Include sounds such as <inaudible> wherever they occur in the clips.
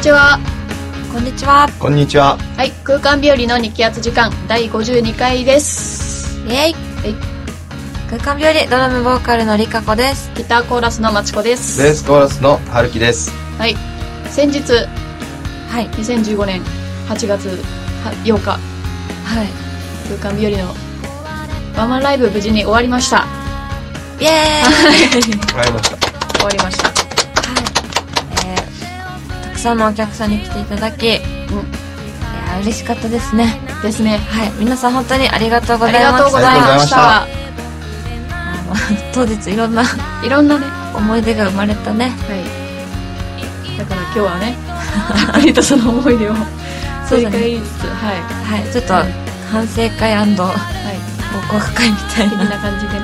ちは。こんにちは。こんにちは。はい、空間日和の日気圧時間第52回です。イエイ。い空間病理ドラムボーカルのりかこです。ギターコーラスのまちこです。ベースコーラスの春樹です。はい、先日はい。 2015年8月8日はい。空間日和のワンマンライブ無事に終わりました。イエーイ。わかりました。終わりました。はい。えー、たくさんのお客さんに来ていただき、いやー嬉しかったですね。ですね。はい。皆さん本当にありがとうごあざいりました。がとうございました。あの当日いろんないろんなね、思い出が生まれたね。はい。だから今日 <laughs> はね、たっぷりとその思い出を振り返りつつ、はい。はい。ちょっと反省会報はい。告会みたい的な。な感じでね、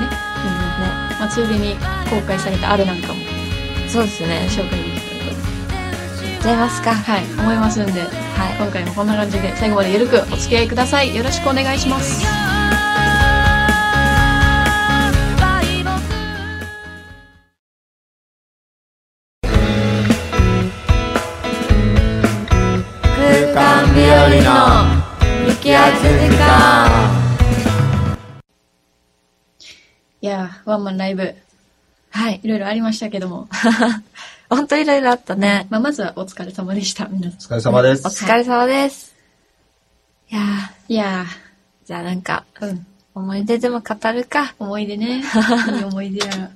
まあ、ついでに公開されたあるなんかもね、そうですね。紹介できたらと行っちゃいますか。ははい、思いますんで、い。今回もこんな感じで最後までゆるくお付き合いください。よろしくお願いします。空間日和の雪圧時間いやー、ワンマンライブ、はいいろいろありましたけども、 <laughs> 本当いろいろあったねまあ、まずはお疲れ様でした、皆さんお疲れ様でおす。疲れ様です、い、やいやーじゃあなんかー、うん、思い出でも語るか思い出ね。いい思い出やら、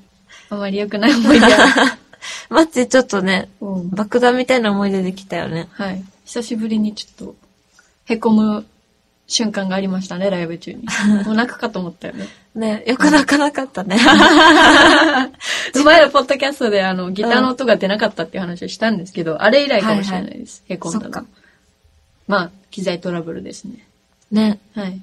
あまり良くない思 <laughs> い出やら。マッチちょっとねうん、爆弾みたいな思い出できたよねはい。久しぶりにちょっと、へこむ瞬間がありましたね、ライブ中 <laughs> に。もう泣くかと思ったよね。ねよく泣かなかったね前のポッドキャストであの、ギターの音が出なかったっていう話をしたんですけど、あれ以来かもしれないです。へこんだそっのか。まあ、機材トラブルですね。ねはい。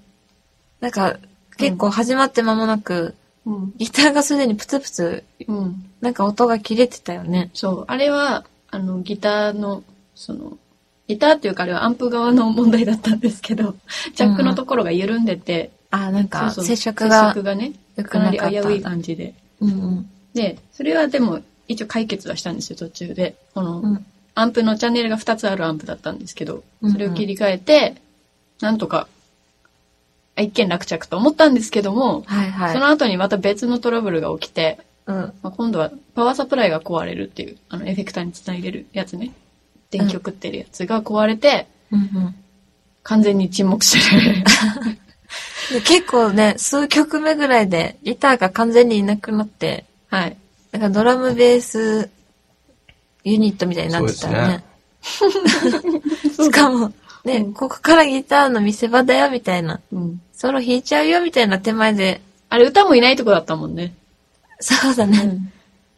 なんか結構始まって間もなく、うん。ギターがすでにプツプツうん。なんか音が切れてたよねそう。あれは、あの、ギターの、その、ギターっていうかあれはアンプ側の問題だったんですけど、ジャックのところが緩んでて、あなんそうかそう接触接が触がね、良くかなかなっりた危うい感じで。うんで、それはでも、一応解決はしたんですよ、途中で。この、うんうんアンプのチャンネルが2つあるアンプだったんですけどうんう、んそれを切り替えて、なんとか、あ一件落着と思ったんですけども、はいはそいの後にまた別のトラブルが起きて、うんまあ、今度はパワーサプライが壊れるっていう、あのエフェクターにつないでるやつね。電極ってるやつが壊れて、うんうん完全に沈黙して <laughs> る。で結構ね、数曲目ぐらいでギターが完全にいなくなって、はい。なんかドラムベースユニットみたいになってたよね。 <laughs> しかも、ね、うんここからギターの見せ場だよみたいな、うん。ソロ弾いちゃうよみたいな手前で、あれ歌もいないとこだったもんね。そうだうね。ん。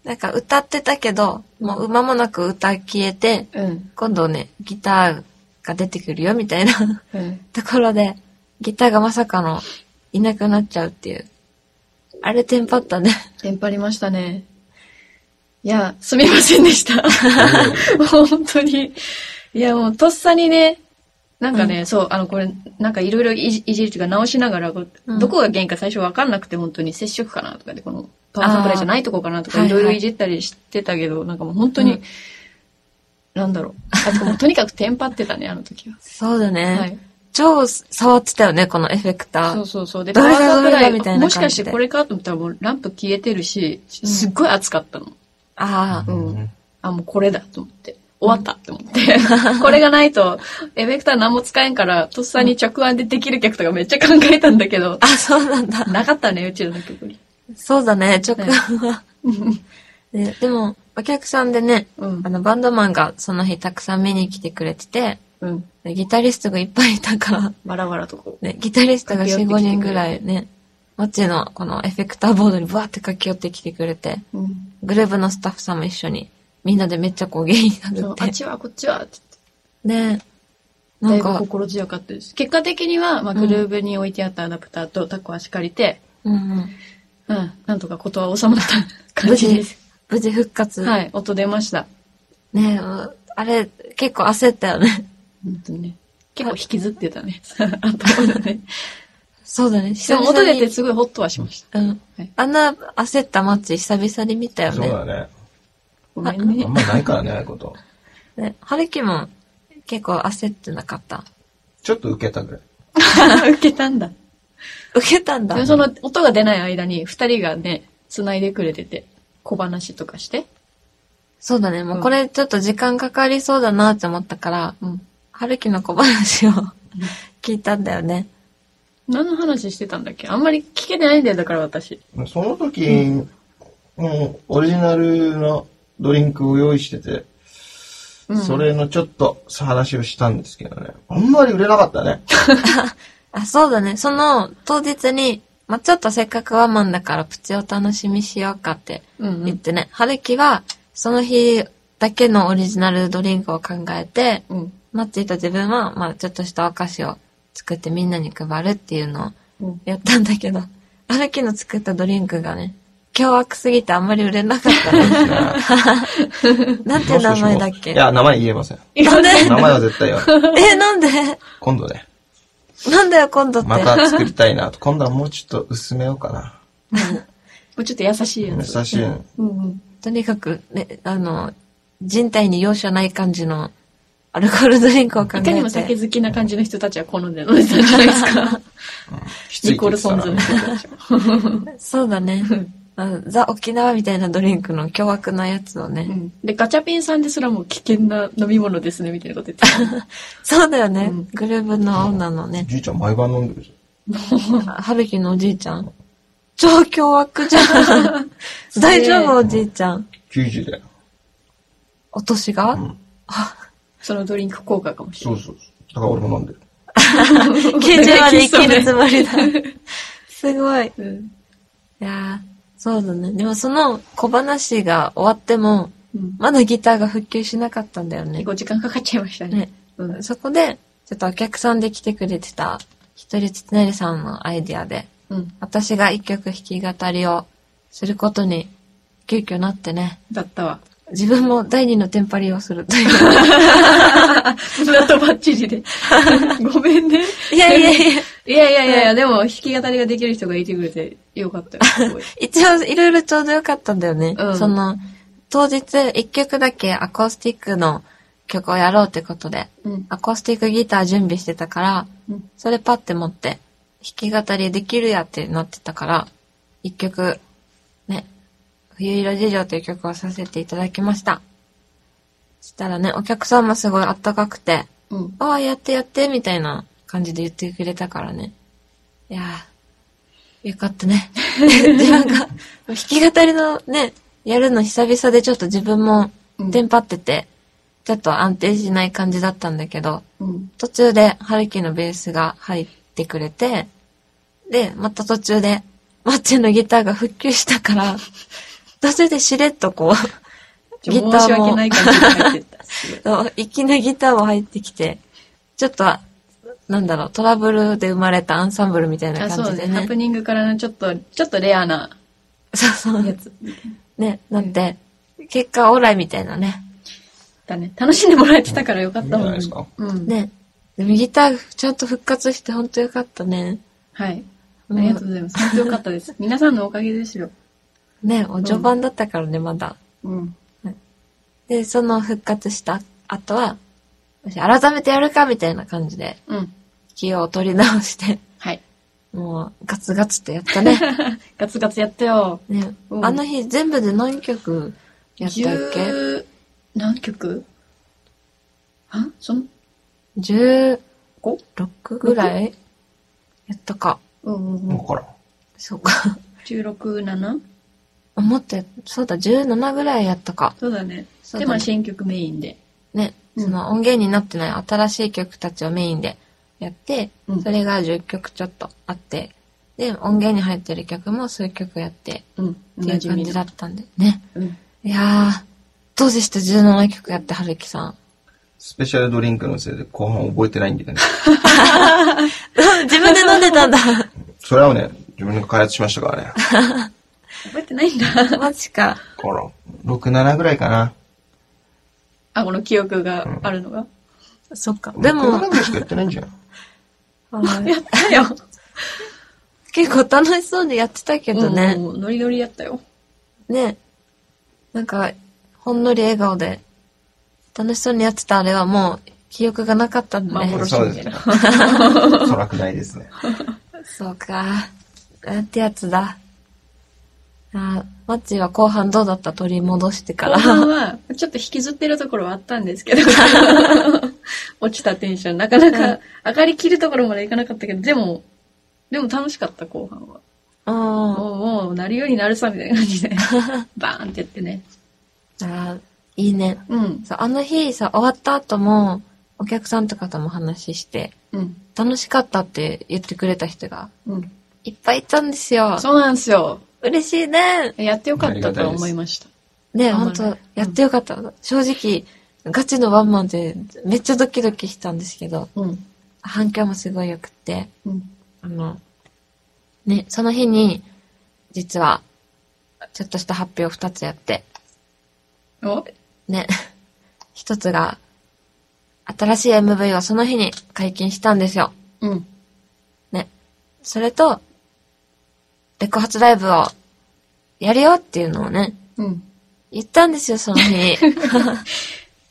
なんか歌ってたけど、もう間もなく歌消えて、うん。今度ね、ギターが出てくるよみたいな <laughs> うん。ところで、ギターがまさかのいなくなっちゃうっていう。あれテンパったね。テンパりましたね。いや、すみませんでした。 <laughs> 本当に。いや、もう、とっさにね、なんかね、そう、あの、これ、なんかいろいろいじいじりとか直しながら、こううんどこが原因か最初わかんなくて、本当に接触かなとかで、この、パワーサプライじゃないとこかなとあか、ーいろいろはいはいいじったりしてたけど、なんかもう本当うにん、なんだろう。あそこもとにかくテンパってたね、あの時は。そうだね。はい。超触ってたよね、このエフェクタそーう。そうそう。で、パどワーれだサプどれラだみたいイ、なも感じしかしでてこれかと思ったらもうランプ消えてるし、うんすっごい熱かったの。ああ、うん。あ、もうこれだと思って。終わったって思って。 <laughs> これがないと、エフェクター何も使えんから、とっさに着腕でできる曲とかめっちゃ考えたんだけど、 <laughs> あ、そうなんだ。なかったね、うちらの曲 <laughs> に。そうだね、直感は。ねでも、お客さんでね、うんあ。の、バンドマンがその日たくさん見に来てくれてて、うん。でギタリストがいっぱいいたから、バラバラとこう。ね、ギタリストが駆け寄4、って5きてくれる人ぐらいね、マッチのこのエフェクターボードにバーって書き寄ってきてくれて、うん。グループのスタッフさんも一緒に、みんなでめっちゃこう芸人にそなうっ、。あってちはこっちはってね、な言って、だいんぶか、心強かったです。結果的には、まあ、グルーブに置いてあったアダプターとタコ足借りて、うんうん、うん、なんとかことは収まった <laughs> 感無じで事す。、無事復活。はい、音出ました。ねうあれ、結構焦ったよね。本当にね。結構引きずってた <laughs> ね。頭でね。そうだね。で久も々音に出てすごいホッとはしました。うんはい。あんな焦ったマッチ久々に見たよそうね。だね。ごめんあねん。まないからね、ああいうこと。ね、春樹も結構焦ってなかった。ちょっと受けたぐらい。受けたんだ。受けたんだで。もその音が出ない間に二人がね、繋いでくれてて、小話とかして。そうだね。もうこれちょっと時間かかりそうだなって思ったから、うん。春樹の小話を聞いたんだよね。何の話してたんだっけあんまり聞けてないんだよ、だから私。その時、もうオリジナルのドリンクを用意してて、うん、それのちょっと話をしたんですけどね。あんまり売れなかったね。あ、そうだね。その当日に、まあ、ちょっとせっかくワンマンだからプチお楽しみしようかってうんう言っん。てね。春樹はその日だけのオリジナルドリンクを考えて、うん。マッチーと自分は、まあ、ちょっとしたお菓子を作ってみんなに配るっていうのをうん。やったんだけど、 <laughs> 春樹の作ったドリンクがね、凶悪すぎてあんまり売れなかったね。 <laughs> なんて名前だっけいや、名前言えません。なんで名前は絶対言わな <laughs> い。え、なんで今度ね。なんだよ、今度って。また作りたいなと。今度はもうちょっと薄めようかな。もうちょっと優しいや優つ。しいの。うんうん。とにかく、ね、あの、人体に容赦ない感じのアルコールドリンクを考えいて。かにも酒好きな感じの人たちは好んで飲んでたんじゃないですか。きついニってコ言ルってソたンズのな。人たちは。そうだねうん。あのザ・沖縄みたいなドリンクの凶悪なやつをね。うんで、ガチャピンさんですらもう危険な飲み物ですね、みたいなこと言 <laughs> ってそうだよね。うんグルーブの女のね、じいちゃん毎晩飲んでるじ春樹のおじいちゃん。超凶悪じゃん。大丈夫、おじいちゃん。ゃん。90だよ。お年が、うん。た。そのドリンク効果かもしれそうそうそう。だから俺も飲んでる。 <laughs> ?90 まで生きるつもりだ。すごい。ない。うん。いやーそうだね。でもその小話が終わっても、うん。まだギターが復旧しなかったんだよ結。ね構時間かかっちゃいましたね。ねうん。そこで、ちょっとお客さんで来てくれてた、ひとりつつねりさんのアイディアで、うん。私が一曲弾き語りをすることに、急遽なってね、だったわ。 <laughs> 自分も第二のテンパリをするという。だとばっち <laughs> りで。ごめんね。いやいやいや、いやいやいやいや、でも弾き語りができる人がいてくれてよかった <laughs> よ。すごい一応いろいろちょうどよかったんだよね。うんその、当日一曲だけアコースティックの曲をやろうってことで、うん。アコースティックギター準備してたから、うんそれパッて持って、弾き語りできるやってなってたから、一曲、ね、冬色事情という曲をさせていただきました。そしたらね、お客さんもすごいあったかくて、うん。ああ、やってやって、みたいな感じで言ってくれたからね。いやー、よかっ <laughs> たね。自分が、弾き語りのね、やるの久々でちょっと自分もうんテンパってて、ちょっと安定しない感じだったんだけど、うん。途中で春樹のベースが入ってくれて、で、また途中で、マッチのギターが復旧したから、途中でしれっとこう、ちょ申し訳ない感じで入ってった。すごいそう、粋なギターも入ってきて、ちょっと、なんだろう、トラブルで生まれたアンサンブルみたいなあ、感そうじでね。ハプね。ニングからのちょっと、ちょっとレアなそうそうやつね、なって、結果オーライみたいなね。だね。楽しんでもらえてたからよかったもんいいんじゃないでうん。ね。でもギターちゃんと復活してほんとよかったね。はい。あうんりがとうございます。本当よかったです。皆さんのおかげですよ。ね、お序盤だったからね、まだ。うん。で、その復活した後は、よし改めてやるかみたいな感じで、うん。気を取り直して、はい。もうガツガツとやっ <laughs> たね。ガツガツやったよ。ね、うんあの日全部で何曲やったっけ十、何曲あその、 ?16 五ぐらいやったか。うんうんうだん。から。そうか。 <laughs> 16、7? あもっとやそうだ、17ぐらいやったか。そうだね。そうで、だまねあ新曲メインで。ね、うんその音源になってない新しい曲たちをメインでやって、うんそれが10曲ちょっとあって、で、音源に入ってる曲も数曲やって、うん。っていう感じだったんでね。うん。いやー、どうでした ?17 曲やって、はるきさん。スペシャルドリンクのせいで後半覚えてないんだよね。自分で飲んでたんだ。それはね、自分が開発しましたからね。覚えてないんだ。 <laughs> マジか。この、6、7ぐらいかな。あ、この記憶があるのが。そっか。で6 7もぐ、らいしかやってないんじゃん。はい <laughs> やった <laughs> よ。結構楽しそうにやってたけどね。うんノリノリやったよ。ね。なんか、ほんのり笑顔で、楽しそうにやってたあれはもう、記憶がなかったんだね。幻みたいな。辛くないですね。そうか。なんてやつだ。あーマッチーは後半どうだった取り戻してか後ら。 <laughs> 半は、ちょっと引きずってるところはあったんですけど、 <laughs> 落ちたテンション、なかなか上がりきるところまでいかなかったけど、でも、でも楽しかった、後半は。うん。あもう、もう、なるようになるさ、みたいな感 <laughs> じで、バーンってやってね。ーいいね。うん、そう、あの日さ、終わった後も、お客さんとかとも話して、うん、楽しかったって言ってくれた人が、うん。いっぱいいたんですよ。そうなんですよ。嬉しいね。やってよかったとは思いました。ね、頑張本る当やってよかった。正直、ガチのワンマンでめっちゃドキドキしたんですけど、うん、反響もすごい良くて、うん、あの、ね、その日に、実は、ちょっとした発表を2つやって、おね、1つが、新しい MV をその日に解禁したんですよ。うん、ね。それと、レコ発ライブをやるよっていうのをね、うん。言ったんですよ、その日 <laughs> に。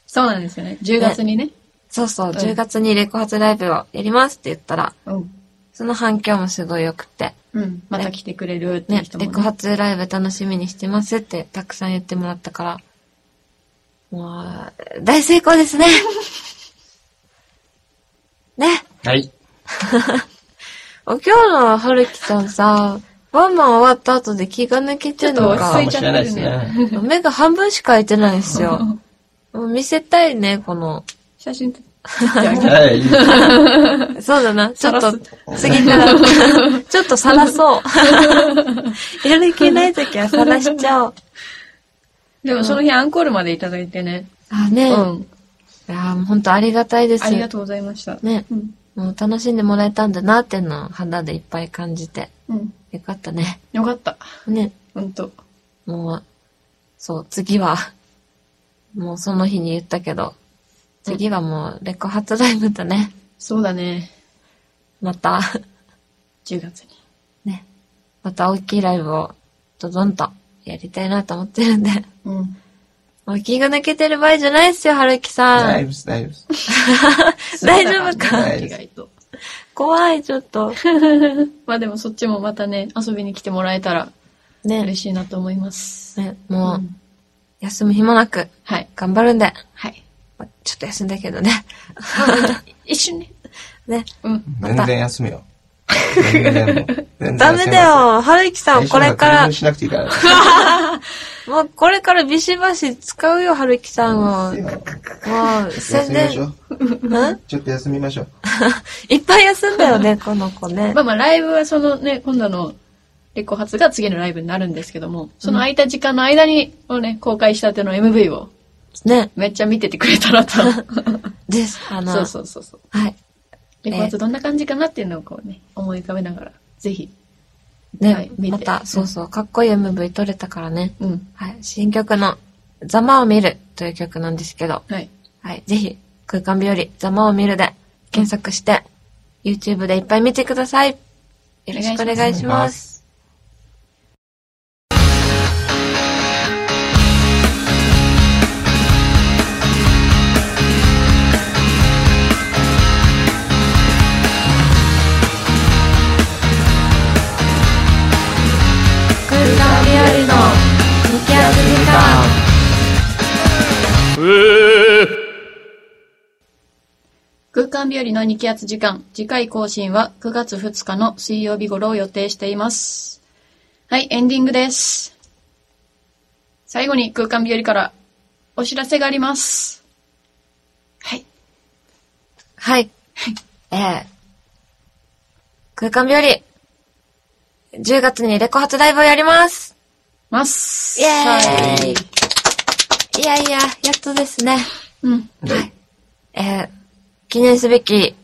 そうなんですよね。10月にね。そうそう、うん10月にレコ発ライブをやりますって言ったら、うん。その反響もすごい良くて、うん。また来てくれるっていうね、人もレね、コ発ライブ楽しみにしてますってたくさん言ってもらったから、もう、大成功ですね <laughs> ね、はい。お今日の春樹さんさ、ワンマン終わった後で気が抜けてるのちょっかとか落もち着しいちゃれってないるでねすね。目が半分しか開いてないんで <laughs> すよ。もう見せたいね、この。写真撮ってあ <laughs> げる。 <laughs> はい。そうだ <laughs> な、ちょっ晒と、次 <laughs> から、ちょっとさら <laughs> そう。 <laughs> やる気ない時はさらしちゃおう。でもその日アンコールまでいただいてね。あ、ね、うん。いやー、本当ありがたいです。ありがとうございました。ね、うん。もう楽しんでもらえたんだなっていうのを肌でいっぱい感じて。うん。よかったね。よかった。ね、ほんと。もう、そう、次は、 <laughs> もうその日に言ったけど、次はもう、レコ発ライブとね、そうだね。また、 10月に。ね、また大きいライブを、ドドンと、やりたいなと思ってるんで。うん。もう気が抜けてる場合じゃないっすよ、はるきさ大丈ん。夫です、大丈夫です。 <laughs> 大丈 <laughs> 夫かそうだね意外と。怖い、ちょっと。まあでもそっちもまたね、遊びに来てもらえたら嬉ね。しいなと思います。ねもう、うん休む暇なく、はい。頑張るんで。はい。まあちょっと休んだけどね。 <laughs> 一瞬ね。ね。うん。全然休めよ。全然もう全然休めますダメだ。よ、はるきさん、これか練習ならん全然、しなくていいから。もうこれからビシバシ使うよ、はるきさんを。もう、休宣みましょ伝、う。 <laughs> うんちょっと休みましょう。いっぱい休んだよね、 <laughs> この子ねま。あまあライブはそのね、今度のレコ発が次のライブになるんですけども、その空いた時間の間に、をね、公開したての MV をね。めっちゃ見ててくれたらと。です。あの、そうそうそうそう。はい。レコ発どんな感じかなっていうのをこうね、思い浮かべながら、ぜひ。ね、はい見てまた、そうそう、かっこいい MV 撮れたからね。うん。はい。新曲の、ざまを見るという曲なんですけど、はい。はい。ぜひ、空間日和、ざまを見るで、検索して、YouTube でいっぱい見てください。よろしくお願いします。空間日和の向き合う時間。空間日和の2気圧時間、次回更新は9月2日の水曜日頃を予定しています。はい、エンディングです。最後に空間日和からお知らせがあります。はい。はい。えー、空間日和。10月にレコ発ライブをやります。ます。イェーはイ。いやいや、やっとですね。うん。はい。えー、記念すべき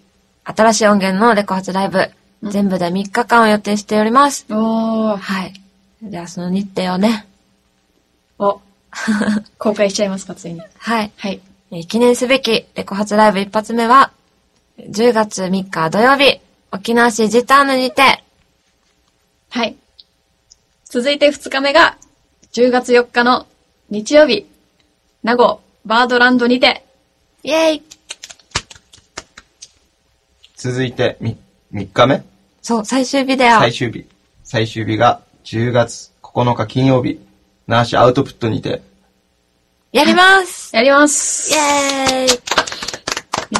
新しい音源のレコ発ライブ、ん全部で3日間を予定しております。おー。はい。ではその日程をね、お。 <laughs> 公開しちゃいますか、ついに。はい。はい。えー記念すべきレコ発ライブ一発目は、10月3日土曜日、沖縄市ジターヌにて、はい。続いて2日目が、10月4日の日曜日、名護バードランドにて、イェーイ続いてみ3日目そう、最終日だよ。最終日。最終日が10月9日金曜日、ナーシアウトプットにて、やりますやります <laughs> イエー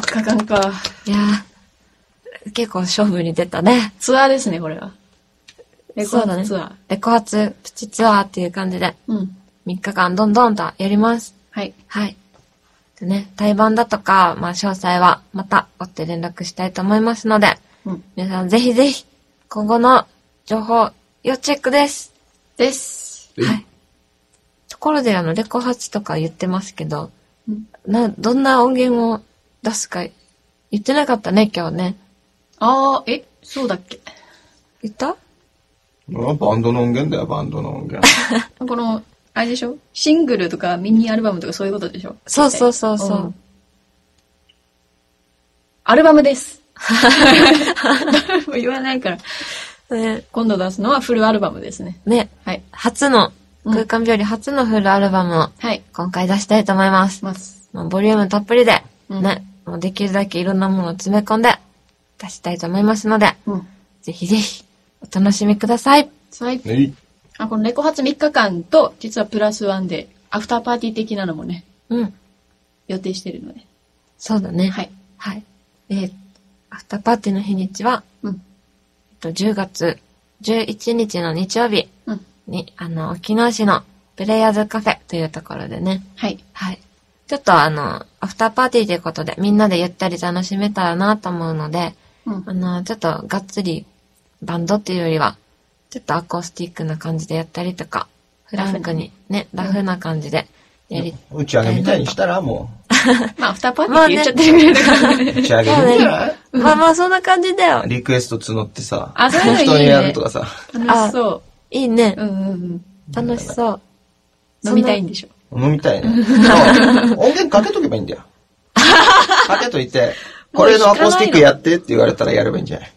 3日間か。イいやー結構勝負に出たね。ツアーですね、これは。レコードツアー。レコ発プチツアーっていう感じで、うん。 3日間どんどんとやります。はい。はい。でね、対バンだとか、まあ詳細はまた追って連絡したいと思いますので、うん。皆さんぜひぜひ、今後の情報、要チェックです。です。えいはい。ところで、あの、レコ発とか言ってますけど、うんな、どんな音源を出すか言ってなかったね、今日ね。あー、え、そうだっけ言ったうんバンドの音源だよ、バンドの音源。 <laughs> この、あれでしょシングルとかミニアルバムとかそういうことでしょそうそうそうそう。んアルバムです。もう言わないから。ね、今度出すのはフルアルバムですね。ねはい。初の、うん空間日和初のフルアルバムをはい。今回出したいと思います。ます。まあ、ボリュームたっぷりで、うんね、もうできるだけいろんなものを詰め込んで出したいと思いますので、うん。ぜひぜひお楽しみください。最えいあ、このレコ発3日間と、実はプラスワンで、アフターパーティー的なのもね、うん。予定してるので。そうだね。はい。はい。えー、アフターパーティーの日にちは、うん。えっと、10月11日の日曜日うん。に、あの、沖縄市のプレイヤーズカフェというところでね、はい。はい。ちょっとあの、アフターパーティーということで、みんなでゆったり楽しめたらなと思うので、うんあ。の、ちょっとがっつりバンドっていうよりは、ちょっとアコースティックな感じでやったりとか、フランクにね、ラフなフな感じでやり、打ち上げみたいにしたら、もまあ、アフターパーティーって言っちゃってるぐらいだからね。 <laughs> う、打ち上げみたいな。まあまあそんな感じだよ。リクエスト募ってさ、あそういうのいいね適当にやるとかさ、楽しそいいねう。。うんうん楽しそう。うん。飲みたいんでしょ。飲 <laughs> みたいね。音源かけとけばいいんだよ。かけといて、これのアコースティックやってって言われたらやればいいんじゃない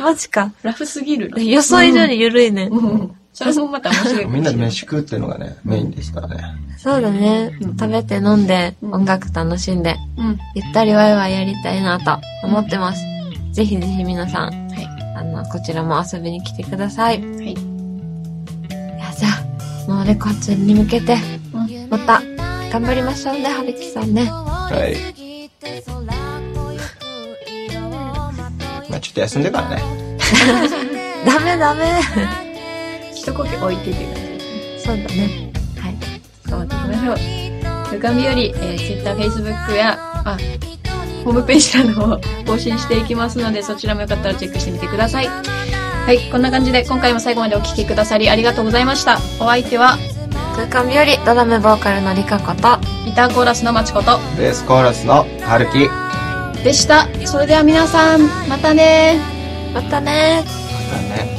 マジか。ラフすぎるな。予想以上に緩いね。うん。それもまた面白いかもしれい。みんなで飯食うっていうのがね、メインですからね。そうだね。食べて飲んで、うん音楽楽しんで、うん。ゆったりワイワイやりたいなと思ってます。ぜひぜひ皆さん、はあの、こちらも遊びに来てください。いい。はい。や、じゃあ、もうレコちゃんに向けて、うん。また、頑張りましょうね、はるきさんね。はい。まあちょっと休んでからね。ダメダメ。一呼吸置いてっていう感じですね。 <laughs> そうだね。は頑い。張っていきましょう。ゆかみより、えー、Twitter、Facebook や、あ、ホームページなどを更新していきますので、そちらもよかったらチェックしてみてください。はい、こんな感じで今回も最後までお聴きくださりありがとうございました。お相手は、空間日和、ドラムボーカルのりかこと、ギターコーラスのまちことベースコーラスの春樹。までした。それでは皆さん、またねまたねたね。